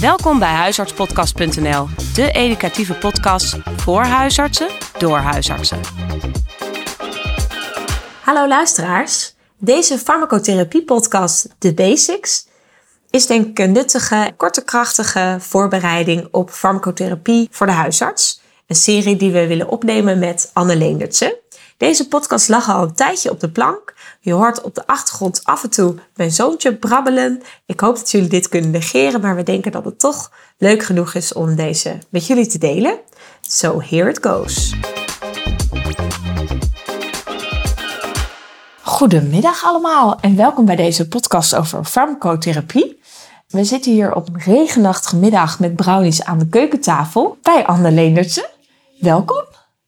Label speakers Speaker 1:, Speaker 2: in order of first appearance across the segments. Speaker 1: Welkom bij huisartspodcast.nl, de educatieve podcast voor huisartsen door huisartsen.
Speaker 2: Hallo luisteraars. Deze farmacotherapie-podcast, The Basics, is denk ik een nuttige, korte, krachtige voorbereiding op farmacotherapie voor de huisarts. Een serie die we willen opnemen met Anne Leendertse. Deze podcast lag al een tijdje op de plank. Je hoort op de achtergrond af en toe mijn zoontje brabbelen. Ik hoop dat jullie dit kunnen negeren, maar we denken dat het toch leuk genoeg is om deze met jullie te delen. So here it goes. Goedemiddag allemaal en welkom bij deze podcast over farmacotherapie. We zitten hier op een regenachtige middag met brownies aan de keukentafel bij Anne Leendertse. Welkom.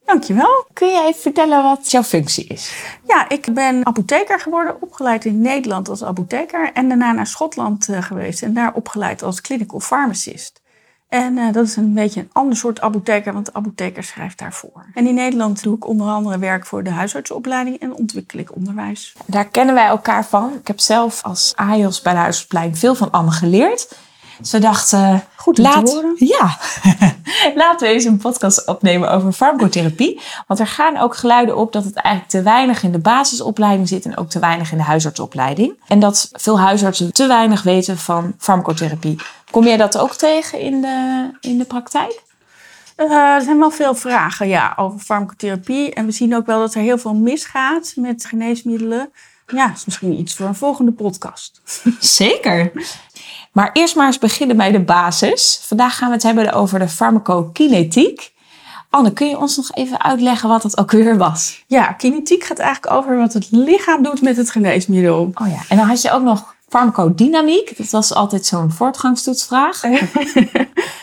Speaker 3: Dankjewel.
Speaker 2: Kun jij even vertellen wat jouw functie is?
Speaker 3: Ja, ik ben apotheker geworden, opgeleid in Nederland als apotheker en daarna naar Schotland eh, geweest en daar opgeleid als clinical pharmacist. En eh, dat is een beetje een ander soort apotheker, want de apotheker schrijft daarvoor. En in Nederland doe ik onder andere werk voor de huisartsenopleiding en ontwikkel ik onderwijs.
Speaker 2: Daar kennen wij elkaar van. Ik heb zelf als AJOS bij de huisplein veel van Anne geleerd. Ze dacht, eh,
Speaker 3: Goed om te horen.
Speaker 2: Ja, laten we eens een podcast opnemen over farmacotherapie. Want er gaan ook geluiden op dat het eigenlijk te weinig in de basisopleiding zit en ook te weinig in de huisartsopleiding. En dat veel huisartsen te weinig weten van farmacotherapie. Kom jij dat ook tegen in de, in de praktijk?
Speaker 3: Eh, er zijn wel veel vragen ja, over farmacotherapie. En we zien ook wel dat er heel veel misgaat met geneesmiddelen. Ja, dat is misschien iets voor een volgende podcast.
Speaker 2: Zeker. Maar eerst maar eens beginnen bij de basis. Vandaag gaan we het hebben over de farmacokinetiek. Anne, kun je ons nog even uitleggen wat dat ook weer was?
Speaker 3: Ja, kinetiek gaat eigenlijk over wat het lichaam doet met het geneesmiddel.
Speaker 2: Oh ja, en dan had je ook nog farmacodynamiek. Dat was altijd zo'n voortgangstoetsvraag.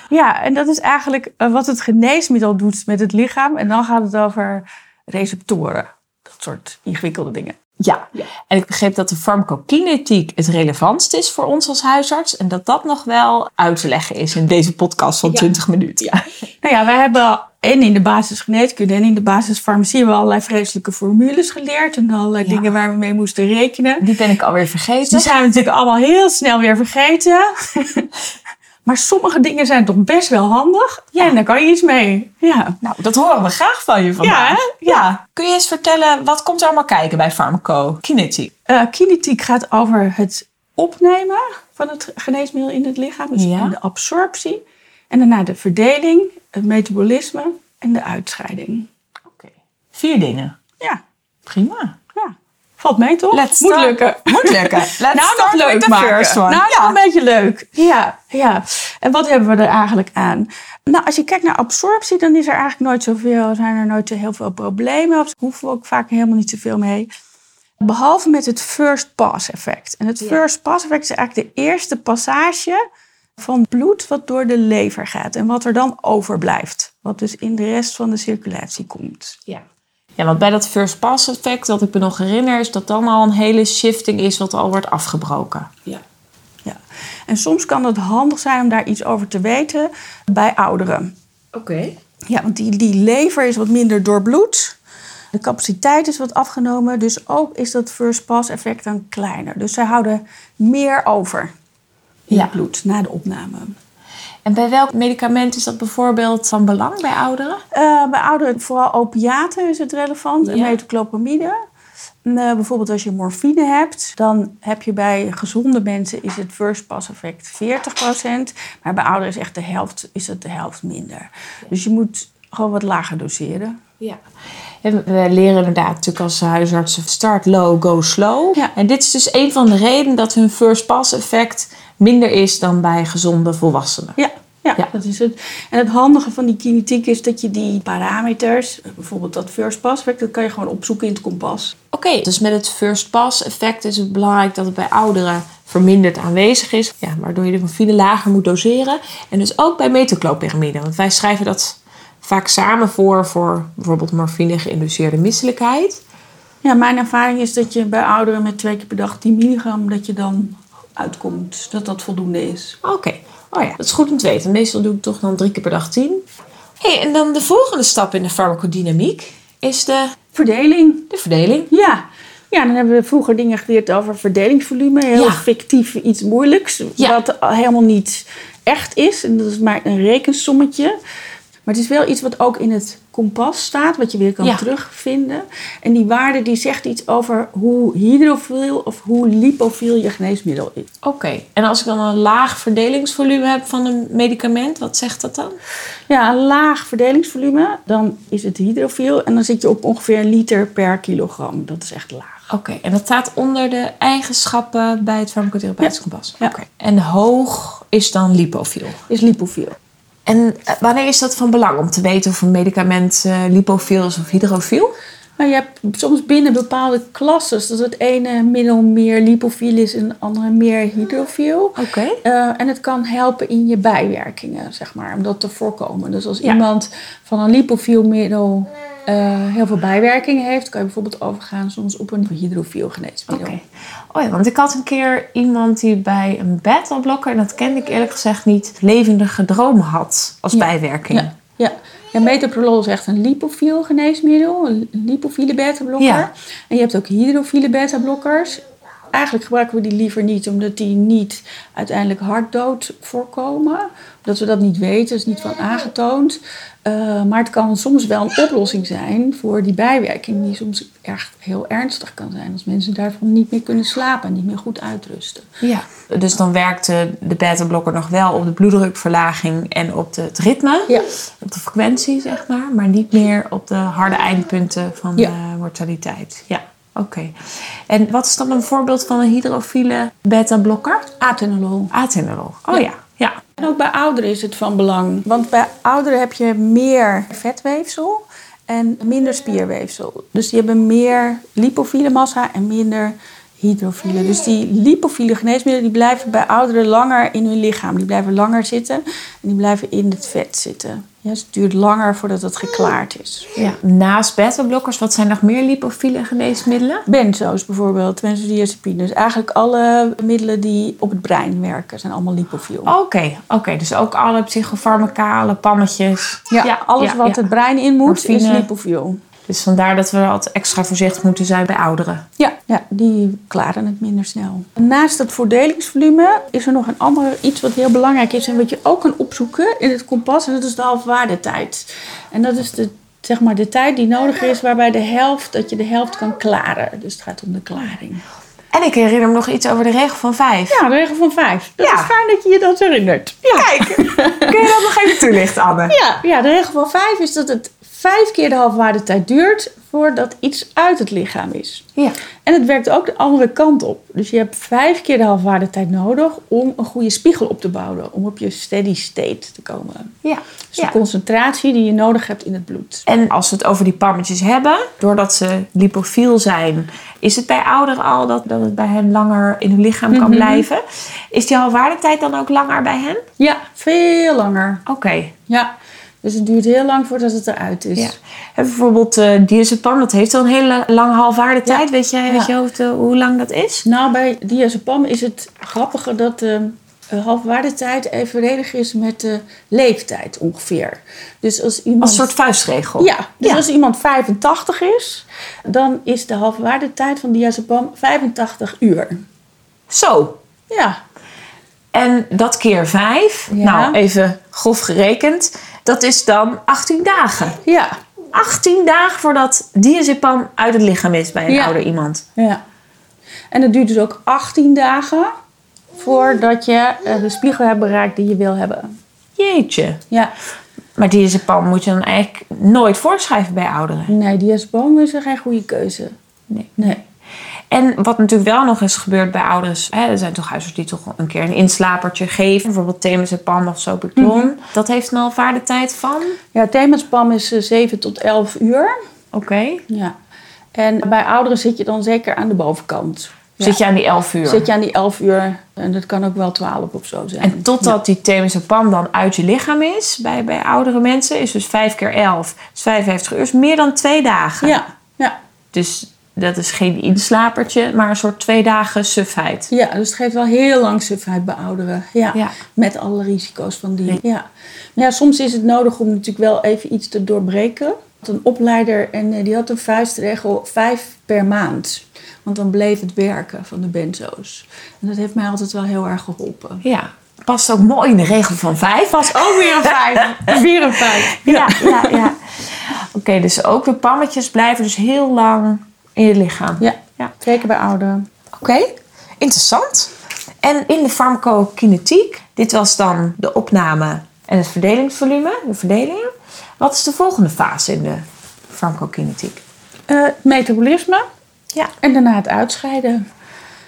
Speaker 3: Ja, en dat is eigenlijk eh, wat het geneesmiddel doet met het lichaam. En dan gaat het over receptoren. Dat soort ingewikkelde dingen.
Speaker 2: Ja, en ik begreep dat de farmacokinetiek het relevantst is voor ons als huisarts. En dat dat nog wel uit te leggen is in deze podcast van 20 minuten. Ja.
Speaker 3: Nou ja, wij hebben en in de basis geneeskunde en in de basis farmacie hebben we allerlei vreselijke formules geleerd. En allerlei
Speaker 2: Ja.
Speaker 3: dingen waar we mee moesten rekenen.
Speaker 2: Die ben ik alweer
Speaker 3: Die
Speaker 2: vergeten.
Speaker 3: zijn we natuurlijk allemaal heel snel weer vergeten. maar sommige dingen zijn toch best wel handig. Ja, en daar kan je iets mee. Ja.
Speaker 2: Nou, dat horen we graag van je vandaag.
Speaker 3: Ja, hè?
Speaker 2: ja. Kun je eens vertellen, wat komt er allemaal kijken bij farmacokinetiek?
Speaker 3: Eh, kinetiek gaat over het opnemen van het geneesmiddel in het lichaam. Dus
Speaker 2: Ja.
Speaker 3: de absorptie. En daarna de verdeling, het metabolisme en de uitscheiding.
Speaker 2: Vier dingen.
Speaker 3: Ja,
Speaker 2: Prima.
Speaker 3: ja. Valt mee toch?
Speaker 2: Let's
Speaker 3: Moet
Speaker 2: start.
Speaker 3: lukken.
Speaker 2: Moet lukken. Let's
Speaker 3: nou, nog
Speaker 2: start with
Speaker 3: leuk
Speaker 2: the
Speaker 3: maken.
Speaker 2: first one.
Speaker 3: Nou, nog
Speaker 2: Ja.
Speaker 3: een beetje leuk. Ja, ja. En wat hebben we er eigenlijk aan? Nou, als je kijkt naar absorptie, dan is er eigenlijk nooit zoveel, zijn er nooit zo heel veel problemen. Of hoeven we ook vaak helemaal niet zoveel mee. Behalve met het first pass effect. En het first pass effect is eigenlijk de eerste passage van bloed wat door de lever gaat. En wat er dan overblijft. Wat dus in de rest van de circulatie komt.
Speaker 2: Ja. ja, want bij dat first pass effect, dat ik me nog herinner, is dat dan al een hele shifting is wat al wordt afgebroken.
Speaker 3: Ja. En soms kan het handig zijn om daar iets over te weten bij ouderen.
Speaker 2: Oké.
Speaker 3: Ja, want die, die lever is wat minder doorbloed. De capaciteit is wat afgenomen. Dus ook is dat first pass effect dan kleiner. Dus zij houden meer over in
Speaker 2: Ja.
Speaker 3: het bloed na de opname.
Speaker 2: En bij welk medicament is dat bijvoorbeeld van belang bij ouderen?
Speaker 3: Eh, bij ouderen, vooral opiaten is het relevant. En
Speaker 2: Ja.
Speaker 3: metoclopramide. En, eh, bijvoorbeeld als je morfine hebt, dan heb je bij gezonde mensen is het first pass effect 40%. Maar bij ouderen is echt de helft, is het de helft minder. Dus je moet gewoon wat lager doseren.
Speaker 2: Ja. En we leren inderdaad natuurlijk als huisartsen start low, go slow.
Speaker 3: Ja.
Speaker 2: En dit is dus een van de redenen dat hun first pass effect minder is dan bij gezonde volwassenen.
Speaker 3: Ja, ja,
Speaker 2: Ja.
Speaker 3: dat is het. En het handige van die kinetiek is dat je die parameters, bijvoorbeeld dat first pass effect, dat kan je gewoon opzoeken in het kompas.
Speaker 2: Oké, dus met het first pass effect is het belangrijk dat het bij ouderen verminderd aanwezig is. Ja, waardoor je de morfine lager moet doseren. En dus ook bij metoclopramide. Want wij schrijven dat vaak samen voor, voor bijvoorbeeld morfine geïnduceerde misselijkheid.
Speaker 3: Ja, mijn ervaring is dat je bij ouderen met twee keer per dag 10 milligram, dat je dan uitkomt, dat dat voldoende is.
Speaker 2: Oké, oh ja, dat is goed om te weten. Meestal doe ik toch dan drie keer per dag tien. hey, en dan de volgende stap in de farmacodynamiek is de,
Speaker 3: Verdeling,
Speaker 2: de verdeling.
Speaker 3: ja. Ja, dan hebben we vroeger dingen geleerd over verdelingsvolume. Heel
Speaker 2: Ja.
Speaker 3: fictief iets moeilijks.
Speaker 2: Ja.
Speaker 3: Wat al helemaal niet echt is. En dat is maar een rekensommetje. Maar het is wel iets wat ook in het kompas staat. Wat je weer kan
Speaker 2: Ja.
Speaker 3: terugvinden. En die waarde die zegt iets over hoe hydrofiel of hoe lipofiel je geneesmiddel is.
Speaker 2: Oké, en als ik dan een laag verdelingsvolume heb van een medicament, wat zegt dat dan?
Speaker 3: Ja, een laag verdelingsvolume. Dan is het hydrofiel. En dan zit je op ongeveer een liter per kilogram. Dat is echt laag.
Speaker 2: Oké, en dat staat onder de eigenschappen bij het farmacotherapeutisch kompas.
Speaker 3: Ja.
Speaker 2: Oké. En hoog is dan lipofiel.
Speaker 3: Is lipofiel.
Speaker 2: En eh, wanneer is dat van belang om te weten of een medicament eh, lipofiel is of hydrofiel?
Speaker 3: Maar je hebt soms binnen bepaalde klasses dat het ene middel meer lipofiel is en het andere meer hydrofiel.
Speaker 2: Oké.
Speaker 3: Eh, en het kan helpen in je bijwerkingen, zeg maar, om dat te voorkomen. Dus als
Speaker 2: Ja.
Speaker 3: iemand van een lipofiel middel eh, heel veel bijwerkingen heeft, kan je bijvoorbeeld overgaan soms op een hydrofiel geneesmiddel.
Speaker 2: Oké. Oh ja, want ik had een keer iemand die bij een beta-blokker, en dat kende ik eerlijk gezegd niet, levendige dromen had als bijwerking.
Speaker 3: Ja, ja. ja metoprolol is echt een lipofiel geneesmiddel, een lipofiele beta-blokker.
Speaker 2: Ja.
Speaker 3: En je hebt ook hydrofiele beta-blokkers. Eigenlijk gebruiken we die liever niet, omdat die niet uiteindelijk hartdood voorkomen. Omdat we dat niet weten, is niet van aangetoond. Eh, maar het kan soms wel een oplossing zijn voor die bijwerking, die soms echt heel ernstig kan zijn. Als mensen daarvan niet meer kunnen slapen, niet meer goed uitrusten.
Speaker 2: Ja. Dus dan werkte de beta-blokker nog wel op de bloeddrukverlaging en op de- het ritme,
Speaker 3: Ja.
Speaker 2: op de frequentie zeg maar, maar niet meer op de harde eindpunten van
Speaker 3: Ja.
Speaker 2: de mortaliteit. Ja, oké. En wat is dan een voorbeeld van een hydrofiele beta-blokker?
Speaker 3: Atenolol.
Speaker 2: Atenolol. Oh ja, ja.
Speaker 3: En ook bij ouderen is het van belang. Want bij ouderen heb je meer vetweefsel en minder spierweefsel. Dus die hebben meer lipofiele massa en minder hydrofiele. Dus die lipofiele geneesmiddelen die blijven bij ouderen langer in hun lichaam. Die blijven langer zitten en die blijven in het vet zitten. Ja, dus het duurt langer voordat het geklaard is.
Speaker 2: ja. Naast beta-blokkers, wat zijn nog meer lipofiele geneesmiddelen?
Speaker 3: Benzo's bijvoorbeeld, benzodiazepines. Dus Eigenlijk alle middelen die op het brein werken zijn allemaal lipofiel.
Speaker 2: Oké, oké. Dus ook alle psychofarmacale pannetjes.
Speaker 3: Ja, alles
Speaker 2: ja,
Speaker 3: wat
Speaker 2: ja.
Speaker 3: het brein in moet is
Speaker 2: Morfine.
Speaker 3: lipofiel.
Speaker 2: Dus vandaar dat we altijd extra voorzichtig moeten zijn bij ouderen.
Speaker 3: Ja, ja, die klaren het minder snel. Naast het voordelingsvolume is er nog een ander iets wat heel belangrijk is en wat je ook kan opzoeken in het kompas. En dat is de halfwaardetijd. En dat is de, zeg maar, de tijd die nodig is waarbij de helft, dat je de helft kan klaren. Dus het gaat om de klaring.
Speaker 2: En ik herinner me nog iets over de regel van vijf.
Speaker 3: Ja, de regel van vijf. Dat
Speaker 2: Ja.
Speaker 3: is fijn dat je je dat herinnert.
Speaker 2: Kijk, kun je dat nog even toelichten, Anne?
Speaker 3: Ja, ja, de regel van vijf is dat het vijf keer de halfwaardetijd duurt voordat iets uit het lichaam is.
Speaker 2: Ja.
Speaker 3: En het werkt ook de andere kant op. Dus je hebt vijf keer de halfwaardetijd nodig om een goede spiegel op te bouwen. Om op je steady state te komen.
Speaker 2: ja.
Speaker 3: Dus de concentratie die je nodig hebt in het bloed.
Speaker 2: En als we het over die pammetjes hebben, doordat ze lipofiel zijn, is het bij ouderen al dat, dat het bij hen langer in hun lichaam kan
Speaker 3: Mhm.
Speaker 2: blijven? Is die halfwaardetijd dan ook langer bij hen?
Speaker 3: Ja, veel langer.
Speaker 2: Oké.
Speaker 3: Ja, dus het duurt heel lang voordat het eruit is.
Speaker 2: Ja. En Dus- bijvoorbeeld eh diazepam, dat heeft al een hele lange halfwaardetijd. Weet jij uit
Speaker 3: Ja.
Speaker 2: je hoofd eh, hoe lang dat is?
Speaker 3: Nou, bij diazepam is het grappige dat de eh, halfwaardetijd evenredig is met de leeftijd ongeveer. Dus als iemand...
Speaker 2: Als een soort vuistregel.
Speaker 3: Ja, dus
Speaker 2: Ja.
Speaker 3: als iemand 85 is, dan is de halfwaardetijd van diazepam 85 uur.
Speaker 2: Zo.
Speaker 3: Ja,
Speaker 2: En dat keer vijf,
Speaker 3: Ja.
Speaker 2: nou even grof gerekend, dat is dan 18 dagen.
Speaker 3: ja,
Speaker 2: 18 dagen voordat diazepam uit het lichaam is bij een
Speaker 3: Ja.
Speaker 2: ouder iemand.
Speaker 3: ja. En het duurt dus ook 18 dagen voordat je eh, de spiegel hebt bereikt die je wil hebben.
Speaker 2: Jeetje.
Speaker 3: Ja,
Speaker 2: Maar diazepam moet je dan eigenlijk nooit voorschrijven bij ouderen.
Speaker 3: nee, diazepam is geen goede keuze.
Speaker 2: Nee.
Speaker 3: Nee.
Speaker 2: En wat natuurlijk wel nog eens gebeurt bij ouders, hè, er zijn toch huisartsen die toch een keer een inslapertje geven, bijvoorbeeld temazepam of zopiclon.
Speaker 3: Mhm.
Speaker 2: Dat heeft een halfwaardetijd van.
Speaker 3: Ja, themanspam is eh, 7 tot 11 uur.
Speaker 2: Oké.
Speaker 3: Ja. En bij ouderen zit je dan zeker aan de bovenkant.
Speaker 2: Zit je aan die 11 uur.
Speaker 3: Zit je aan die 11 uur en dat kan ook wel 12 of zo zijn.
Speaker 2: En totdat die temazepam dan uit je lichaam is, bij, bij oudere mensen, is dus 5 keer 11, is 55 uur, is meer dan twee dagen.
Speaker 3: Ja, ja,
Speaker 2: Dus dat is geen inslapertje, maar een soort twee dagen sufheid.
Speaker 3: ja, dus het geeft wel heel lang sufheid bij ouderen. Ja,
Speaker 2: Ja.
Speaker 3: met alle risico's van die. Ja. Maar ja, soms is het nodig om natuurlijk wel even iets te doorbreken. een opleider en eh, die had een vuistregel vijf per maand. Want dan bleef het werken van de benzo's. En dat heeft mij altijd wel heel erg geholpen.
Speaker 2: Ja, past ook mooi in de regel van vijf.
Speaker 3: Pas ook weer een vijf. weer een vijf.
Speaker 2: Ja, ja, ja. Oké, dus ook de pammetjes blijven dus heel lang in je lichaam.
Speaker 3: Ja,
Speaker 2: Ja.
Speaker 3: zeker bij ouderen.
Speaker 2: Oké, interessant. En in de farmacokinetiek, dit was dan de opname en het verdelingsvolume, de verdeling. Wat is de volgende fase in de farmacokinetiek?
Speaker 3: Eh, het metabolisme
Speaker 2: Ja.
Speaker 3: en daarna het uitscheiden.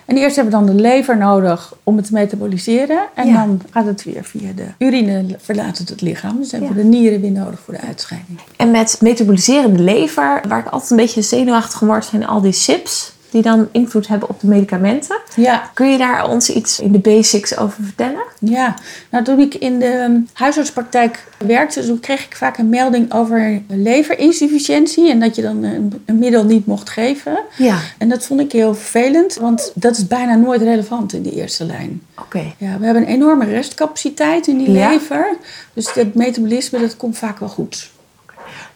Speaker 3: En eerst hebben we dan de lever nodig om het te metaboliseren. En
Speaker 2: Ja.
Speaker 3: dan gaat het weer via de urine verlaat het het lichaam. Dus dan hebben
Speaker 2: Ja.
Speaker 3: we de nieren weer nodig voor de uitscheiding.
Speaker 2: En met metaboliserende lever, waar ik altijd een beetje zenuwachtig van word, zijn al die SIPs die dan invloed hebben op de medicamenten.
Speaker 3: Ja,
Speaker 2: Kun je daar ons iets in de basics over vertellen?
Speaker 3: Ja, nou toen ik in de ehm, huisartspraktijk werkte, toen kreeg ik vaak een melding over leverinsufficiëntie en dat je dan een, een middel niet mocht geven.
Speaker 2: Ja.
Speaker 3: En dat vond ik heel vervelend, want dat is bijna nooit relevant in de eerste lijn.
Speaker 2: Oké.
Speaker 3: Ja, we hebben een enorme restcapaciteit in die
Speaker 2: Ja.
Speaker 3: lever, dus dat metabolisme dat komt vaak wel goed.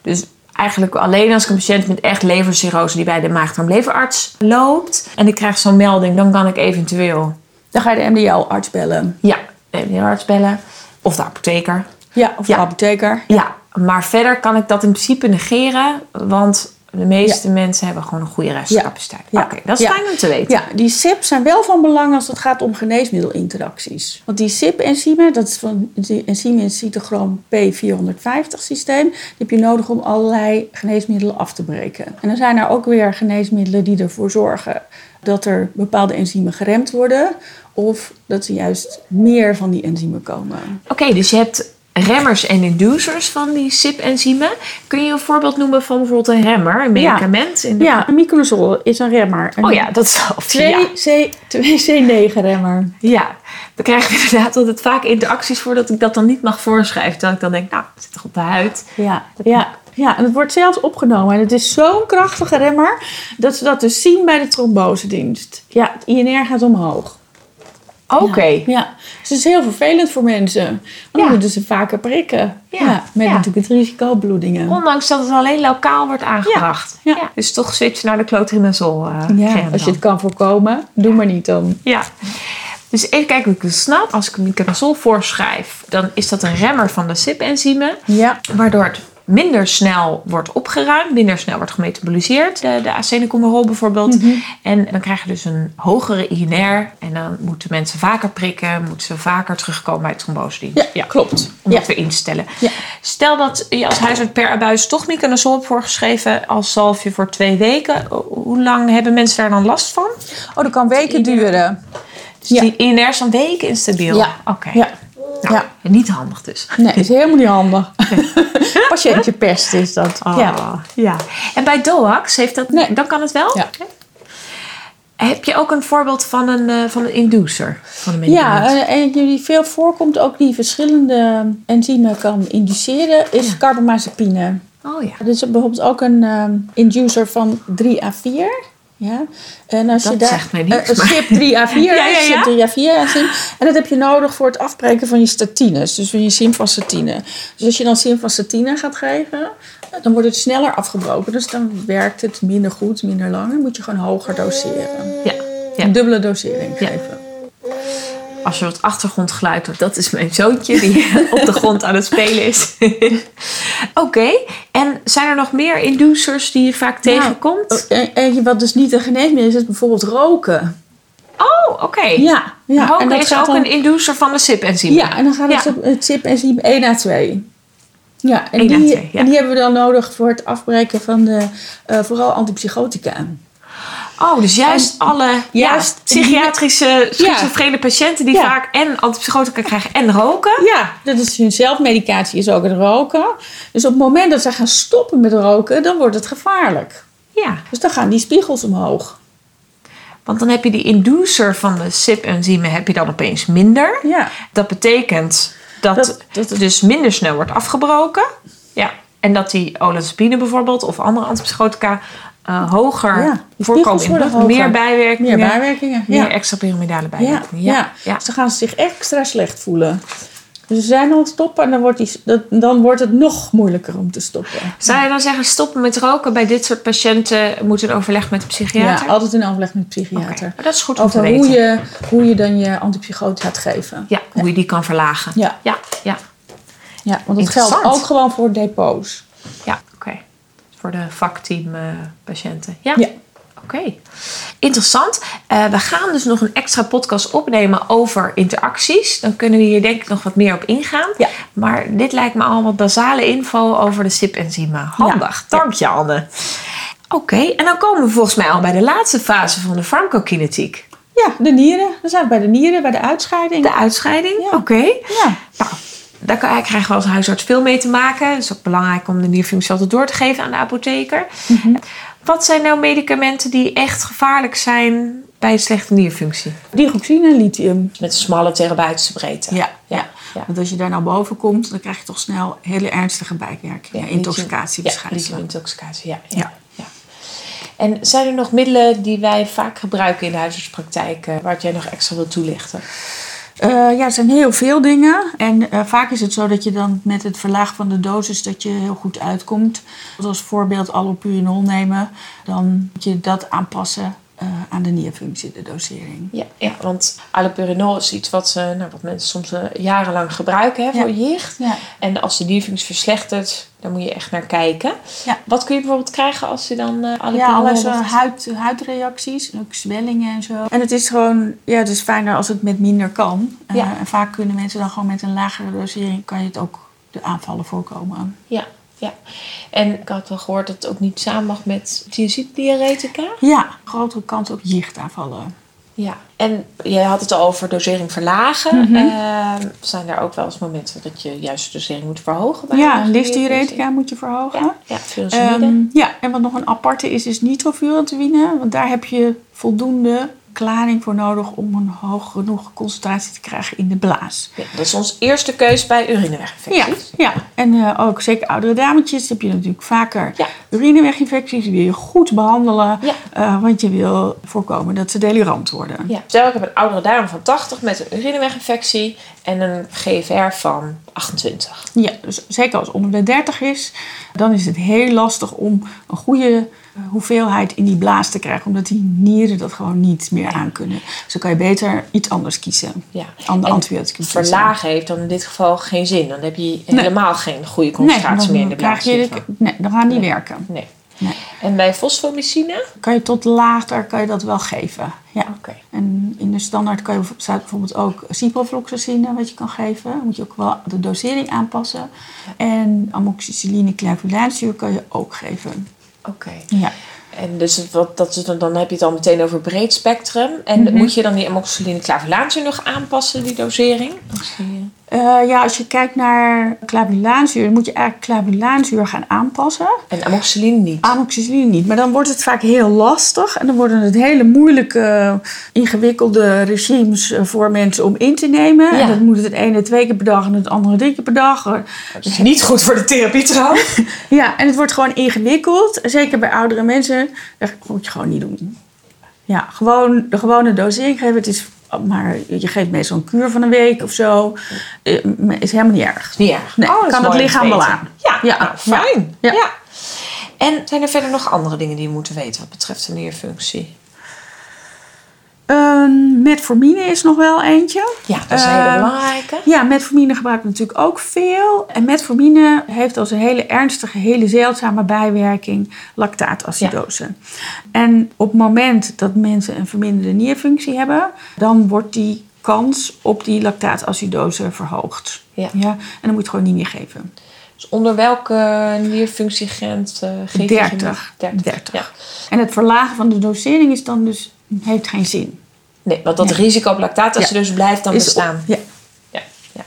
Speaker 2: Dus eigenlijk alleen als ik een patiënt met echt levercirrose die bij de maagdarmleverarts loopt en ik krijg zo'n melding, dan kan ik eventueel
Speaker 3: Dan ga je de MDL-arts bellen.
Speaker 2: ja, de leverarts bellen of de apotheker.
Speaker 3: Ja, of
Speaker 2: Ja.
Speaker 3: de apotheker.
Speaker 2: Ja, maar verder kan ik dat in principe negeren, want de meeste mensen hebben gewoon een goede restcapaciteit.
Speaker 3: Ja.
Speaker 2: Oké, dat is
Speaker 3: Ja.
Speaker 2: fijn om te weten.
Speaker 3: Ja, die SIP's zijn wel van belang als het gaat om geneesmiddelinteracties. Want die SIP-enzymen, dat is van die enzymen in het cytochroom P450-systeem, die heb je nodig om allerlei geneesmiddelen af te breken. En dan zijn er ook weer geneesmiddelen die ervoor zorgen dat er bepaalde enzymen geremd worden of dat er juist meer van die enzymen komen.
Speaker 2: Oké, dus je hebt remmers en inducers van die SIP-enzymen. Kun je een voorbeeld noemen van bijvoorbeeld een remmer, een
Speaker 3: Ja.
Speaker 2: medicament? In de-
Speaker 3: Ja, microzol is een remmer.
Speaker 2: Oh ja, dat is al. Ja.
Speaker 3: 2C, 2C9-remmer.
Speaker 2: Ja, dan krijg ik inderdaad altijd vaak interacties voor dat ik dat dan niet mag voorschrijven. Terwijl ik dan denk, nou, het zit toch op de huid?
Speaker 3: Ja, ja, ja, en het wordt zelfs opgenomen. En het is zo'n krachtige remmer dat ze dat dus zien bij de trombosedienst. Ja, het INR gaat omhoog.
Speaker 2: Oké.
Speaker 3: Ja, dus het is heel vervelend voor mensen. Want dan
Speaker 2: Ja.
Speaker 3: moeten ze vaker prikken.
Speaker 2: Ja,
Speaker 3: Ja, met
Speaker 2: ja.
Speaker 3: natuurlijk het risico op bloedingen.
Speaker 2: Ondanks dat het alleen lokaal wordt aangebracht.
Speaker 3: Ja, ja.
Speaker 2: Dus toch switchen naar de clotrimazol. eh
Speaker 3: Ja,
Speaker 2: crème
Speaker 3: als je
Speaker 2: dan.
Speaker 3: het kan voorkomen, doe maar niet dan.
Speaker 2: Ja. Dus even kijken of ik het snap. Als ik een micronazol voorschrijf, dan is dat een remmer van de SIP-enzymen.
Speaker 3: Ja,
Speaker 2: Waardoor het minder snel wordt opgeruimd, minder snel wordt gemetaboliseerd. De, de acenecomerol bijvoorbeeld.
Speaker 3: Mhm.
Speaker 2: En dan krijg je dus een hogere INR. En dan moeten mensen vaker prikken, moeten ze vaker terugkomen bij trombosedienst.
Speaker 3: ja, klopt.
Speaker 2: Om
Speaker 3: Ja.
Speaker 2: dat weer in te stellen.
Speaker 3: Ja.
Speaker 2: Stel dat je als huisarts per abuis toch micronazol hebt voorgeschreven als zalfje voor twee weken. Hoe lang hebben mensen daar dan last van?
Speaker 3: Oh, dat kan weken duren.
Speaker 2: Dus
Speaker 3: Ja.
Speaker 2: die INR is dan weken instabiel.
Speaker 3: Ja.
Speaker 2: Oké.
Speaker 3: Ja.
Speaker 2: Nou,
Speaker 3: Ja.
Speaker 2: Niet handig dus.
Speaker 3: Nee, is helemaal niet handig. Ah. Patiëntje pest is dat. Ja.
Speaker 2: Ja. Oh. ja. En bij DOAX heeft dat
Speaker 3: Nee.
Speaker 2: dan kan het wel?
Speaker 3: Ja.
Speaker 2: Oké. Heb je ook een voorbeeld van een, eh, van een inducer van een medicament?
Speaker 3: Ja, eh, en die veel voorkomt, ook die verschillende ehm, enzymen kan induceren, is carbamazepine.
Speaker 2: oh ja.
Speaker 3: Dat is bijvoorbeeld ook een ehm, inducer van 3 a 4. Ja. En als
Speaker 2: Dat
Speaker 3: je daar,
Speaker 2: zegt mij
Speaker 3: eh,
Speaker 2: niks,
Speaker 3: een
Speaker 2: maar-
Speaker 3: SIP 3 a 4
Speaker 2: Ja, ja, ja.
Speaker 3: SIP 3 a 4 En dat heb je nodig voor het afbreken van je statines, dus van je simvastatine. Dus als je dan simvastatine gaat geven, eh, dan wordt het sneller afgebroken. Dus dan werkt het minder goed, minder lang. Dan moet je gewoon hoger doseren.
Speaker 2: ja. ja.
Speaker 3: Een dubbele dosering
Speaker 2: Ja.
Speaker 3: geven.
Speaker 2: Als je wat achtergrondgeluid hoort, dat is mijn zoontje die op de grond aan het spelen is. Oké, en zijn er nog meer inducers die je vaak
Speaker 3: Nou,
Speaker 2: tegenkomt?
Speaker 3: En, en wat dus niet een geneesmiddel is, is bijvoorbeeld roken.
Speaker 2: Oh, oké.
Speaker 3: eh, Ja, ja.
Speaker 2: Roken
Speaker 3: en dat
Speaker 2: is
Speaker 3: gaat
Speaker 2: ook
Speaker 3: dan-
Speaker 2: een inducer van de SIP-enzyme.
Speaker 3: Ja, en dan gaat het
Speaker 2: Ja.
Speaker 3: op het CYP-enzym 1 a 2. Ja, en,
Speaker 2: 1A2,
Speaker 3: die,
Speaker 2: ja.
Speaker 3: en die hebben we dan nodig voor het afbreken van de, eh, vooral antipsychotica.
Speaker 2: Oh, dus juist alle
Speaker 3: juist
Speaker 2: ja, psychiatrische schizofrene patiënten die
Speaker 3: Ja.
Speaker 2: vaak en antipsychotica krijgen en roken.
Speaker 3: Ja, dat is hun zelfmedicatie, is ook het roken. Dus op het moment dat ze gaan stoppen met roken, dan wordt het gevaarlijk.
Speaker 2: Ja,
Speaker 3: Dus dan gaan die spiegels omhoog.
Speaker 2: want dan heb je die inducer van de SIP-enzymen heb je dan opeens minder.
Speaker 3: Ja,
Speaker 2: Dat betekent dat,
Speaker 3: Dat- dat-
Speaker 2: het dus minder snel wordt afgebroken. Ja, en dat die olanzapine bijvoorbeeld of andere antipsychotica eh, hoger
Speaker 3: Ja, die
Speaker 2: voorkomen.
Speaker 3: spiegels
Speaker 2: in
Speaker 3: worden
Speaker 2: bloed. Meer
Speaker 3: hoger.
Speaker 2: bijwerkingen.
Speaker 3: meer bijwerkingen.
Speaker 2: Meer
Speaker 3: Ja.
Speaker 2: extrapiramidale
Speaker 3: Ja,
Speaker 2: bijwerkingen.
Speaker 3: ja.
Speaker 2: ja.
Speaker 3: Dus dan gaan ze zich extra slecht voelen. Dus ze zijn aan het stoppen en dan wordt, die, dat- dan wordt het nog moeilijker om te stoppen.
Speaker 2: Zou je dan zeggen, stoppen met roken bij dit soort patiënten moet een overleg met de
Speaker 3: Ja,
Speaker 2: psychiater?
Speaker 3: altijd in overleg met de
Speaker 2: Oké,
Speaker 3: psychiater.
Speaker 2: maar dat is goed om te
Speaker 3: Over
Speaker 2: weten.
Speaker 3: hoe je, hoe je dan je antipsychoot gaat geven.
Speaker 2: Ja, hoe je die kan verlagen.
Speaker 3: Ja.
Speaker 2: Ja, ja,
Speaker 3: Ja, want dat
Speaker 2: Interessant.
Speaker 3: geldt ook gewoon voor depots.
Speaker 2: ja, oké. Voor de vakteam eh, patiënten. Ja,
Speaker 3: Ja.
Speaker 2: oké. Interessant. Eh, we gaan dus nog een extra podcast opnemen over interacties. Dan kunnen we hier denk ik nog wat meer op ingaan.
Speaker 3: Ja.
Speaker 2: Maar dit lijkt me allemaal basale info over de SIP-enzymen. Handig. Dank je, Anne. Oké, en dan komen we volgens mij al bij de laatste fase van de farmacokinetiek.
Speaker 3: Ja, de nieren. Dan zijn we bij de nieren, bij de uitscheiding.
Speaker 2: De uitscheiding, oké.
Speaker 3: Ja.
Speaker 2: Nou, daar kan- krijgen we als huisarts veel mee te maken. Het is ook belangrijk om de nierfunctie altijd door te geven aan de apotheker. Wat zijn nou medicamenten die echt gevaarlijk zijn bij een slechte nierfunctie?
Speaker 3: Digoxine en lithium.
Speaker 2: Met een smalle therapeutische breedte.
Speaker 3: Ja,
Speaker 2: Ja,
Speaker 3: ja.
Speaker 2: ja.
Speaker 3: Want als je daar nou boven komt, dan krijg je toch snel hele ernstige bijwerkingen. intoxicatie,
Speaker 2: Ja,
Speaker 3: verschijnselen.
Speaker 2: intoxicatie, ja, ja,
Speaker 3: Ja.
Speaker 2: ja. En zijn er nog middelen die wij vaak gebruiken in de huisartspraktijk... eh, waar jij nog extra wil toelichten?
Speaker 3: Eh, ja, er zijn heel veel dingen. En eh, vaak is het zo dat je dan met het verlagen van de dosis dat je heel goed uitkomt. Dus als voorbeeld allopurinol nemen, dan moet je dat aanpassen eh, aan de nierfunctie, de dosering.
Speaker 2: Ja, ja want allopurinol is iets wat, ze, nou, wat mensen soms eh, jarenlang gebruiken hè, voor jicht.
Speaker 3: Ja.
Speaker 2: En als de dierfunctie verslechtert, dan moet je echt naar kijken.
Speaker 3: Ja.
Speaker 2: Wat kun je bijvoorbeeld krijgen als je dan eh alle
Speaker 3: Ja,
Speaker 2: alle
Speaker 3: allerlei zo huid, huidreacties, en ook zwellingen en zo. En het is gewoon, ja, het is fijner als het met minder kan. Eh,
Speaker 2: Ja.
Speaker 3: en vaak kunnen mensen dan gewoon met een lagere dosering, kan je het ook de aanvallen voorkomen.
Speaker 2: Ja, ja. En ik had wel gehoord dat het ook niet samen mag met thiaziddiuretica.
Speaker 3: Ja, grotere kans op jichtaanvallen.
Speaker 2: Ja. En je had het al over dosering verlagen.
Speaker 3: Mhm.
Speaker 2: Eh, zijn er ook wel eens momenten dat je juist de dosering moet verhogen? bij
Speaker 3: Ja,
Speaker 2: een
Speaker 3: listdiuretica moet je verhogen.
Speaker 2: Ja, ja furosemide.
Speaker 3: Ehm, ja, en wat nog een aparte is, is nitrofurantoïne. Want daar heb je voldoende klaring voor nodig om een hoog genoeg concentratie te krijgen in de blaas.
Speaker 2: Ja, dat is onze eerste keus bij
Speaker 3: Ja,
Speaker 2: urineweginfecties.
Speaker 3: ja. en eh, ook zeker oudere dametjes heb je natuurlijk vaker
Speaker 2: Ja.
Speaker 3: urineweginfecties. Die wil je goed behandelen,
Speaker 2: Ja.
Speaker 3: eh, want je wil voorkomen dat ze delirant worden.
Speaker 2: Ja. Stel, ik heb een oudere dame van 80 met een urineweginfectie en een GFR van 28.
Speaker 3: Ja, dus zeker als het onder de 30 is, dan is het heel lastig om een goede eh, hoeveelheid in die blaas te krijgen, omdat die nieren dat gewoon niet meer aankunnen. Dus dan kan je beter iets anders kiezen.
Speaker 2: Ja.
Speaker 3: Ander
Speaker 2: En
Speaker 3: antibioticum. kiezen.
Speaker 2: Verlagen heeft dan in dit geval geen zin. Dan heb je helemaal geen goede
Speaker 3: Nee,
Speaker 2: concentratie
Speaker 3: dan
Speaker 2: meer in de
Speaker 3: krijg
Speaker 2: blaas.
Speaker 3: je
Speaker 2: zitten.
Speaker 3: de- nee, dan gaan die werken.
Speaker 2: Nee.
Speaker 3: Nee.
Speaker 2: En bij fosfomycine?
Speaker 3: Kan je tot later kan je dat wel geven. Ja.
Speaker 2: Oké.
Speaker 3: En in de standaard kan je, staat bijvoorbeeld ook ciprofloxacine wat je kan geven. Dan moet je ook wel de dosering aanpassen. En amoxicilline clavulijnzuur kan je ook geven.
Speaker 2: Oké.
Speaker 3: Ja.
Speaker 2: En dus het- wat, dat is dan, dan heb je het al meteen over breed spectrum. En
Speaker 3: Mhm.
Speaker 2: moet je dan die amoxicilline clavulaanzuur nog aanpassen, die dosering? Als die,
Speaker 3: Eh, ja, als je kijkt naar clavulaanzuur, dan moet je eigenlijk clavulaanzuur gaan aanpassen.
Speaker 2: eh, En amoxicilline niet.
Speaker 3: Ah, Amoxicilline niet, maar dan wordt het vaak heel lastig. En dan worden het hele moeilijke, ingewikkelde regimes eh, voor mensen om in te nemen.
Speaker 2: Ja.
Speaker 3: En dan moet het het ene twee keer per dag en het andere drie keer per dag.
Speaker 2: Dat is niet goed voor de therapie trouwens.
Speaker 3: Ja, en het wordt gewoon ingewikkeld. Zeker bij oudere mensen. Dat moet je gewoon niet doen. Ja, gewoon de gewone dosering geven. Het is oh, maar je geeft meestal een kuur van een week of zo. Eh, Is helemaal niet erg.
Speaker 2: Niet erg.
Speaker 3: Nee,
Speaker 2: Oh, dat is
Speaker 3: kan het
Speaker 2: mooi om
Speaker 3: lichaam
Speaker 2: te
Speaker 3: wel
Speaker 2: weten.
Speaker 3: aan.
Speaker 2: Ja,
Speaker 3: Ja.
Speaker 2: nou, fijn. Ja.
Speaker 3: Ja.
Speaker 2: En zijn er verder nog andere dingen die we moeten weten wat betreft de nierfunctie?
Speaker 3: Ehm, metformine is nog wel eentje.
Speaker 2: Ja, dat is een hele
Speaker 3: Ehm,
Speaker 2: belangrijke.
Speaker 3: Ja, metformine gebruikt natuurlijk ook veel. En metformine heeft als een hele ernstige, hele zeldzame bijwerking lactaatacidose. En op het moment dat mensen een verminderde nierfunctie hebben, dan wordt die kans op die lactaatacidose verhoogd.
Speaker 2: Ja.
Speaker 3: en dan moet je het gewoon niet meer geven.
Speaker 2: Dus onder welke nierfunctiegrens eh geef je
Speaker 3: 30.
Speaker 2: geen- 30.
Speaker 3: 30.
Speaker 2: Ja.
Speaker 3: En het verlagen van de dosering is dan dus, heeft geen zin.
Speaker 2: Nee, want dat
Speaker 3: Nee.
Speaker 2: risico op lactaatcidosis dus blijft dan
Speaker 3: Is-
Speaker 2: bestaan.
Speaker 3: Ja.
Speaker 2: Ja, ja.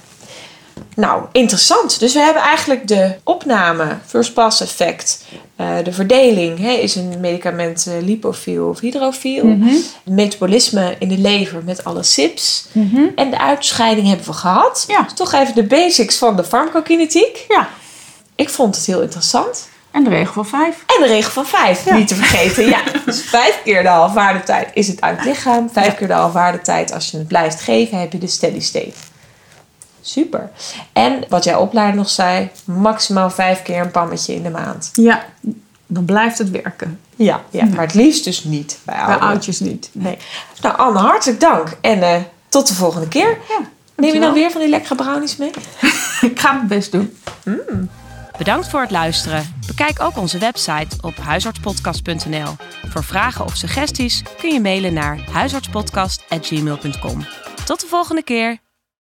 Speaker 2: Nou, interessant. Dus we hebben eigenlijk de opname, first pass effect, eh, de verdeling. Hè, is een medicament eh, lipofiel of hydrofiel?
Speaker 3: Mhm.
Speaker 2: Metabolisme in de lever met alle SIPs. En de uitscheiding hebben we gehad.
Speaker 3: Mhm. Ja.
Speaker 2: Dus toch even de basics van de farmacokinetiek.
Speaker 3: ja.
Speaker 2: Ik vond het heel interessant.
Speaker 3: En de regel van 5.
Speaker 2: En de regel van vijf, niet te vergeten. Ja. Dus vijf keer de halfwaardetijd is het uit het lichaam. Vijf keer de halfwaardetijd, als je het blijft geven, heb je de steady state. Super. En wat jij opleider nog zei, maximaal vijf keer een pammetje in de maand.
Speaker 3: Ja, dan blijft het werken.
Speaker 2: Ja, ja. maar het liefst dus niet bij
Speaker 3: Bij
Speaker 2: ouderen.
Speaker 3: oudjes niet.
Speaker 2: Nee. Nou, Anne, hartelijk dank. En eh, tot de volgende keer. Neem je
Speaker 3: dankjewel.
Speaker 2: dan weer van die lekkere brownies mee?
Speaker 3: Ik ga mijn best doen.
Speaker 1: Bedankt voor het luisteren. Bekijk ook onze website op huisartspodcast.nl. Voor vragen of suggesties kun je mailen naar huisartspodcast.gmail.com. Tot de volgende keer.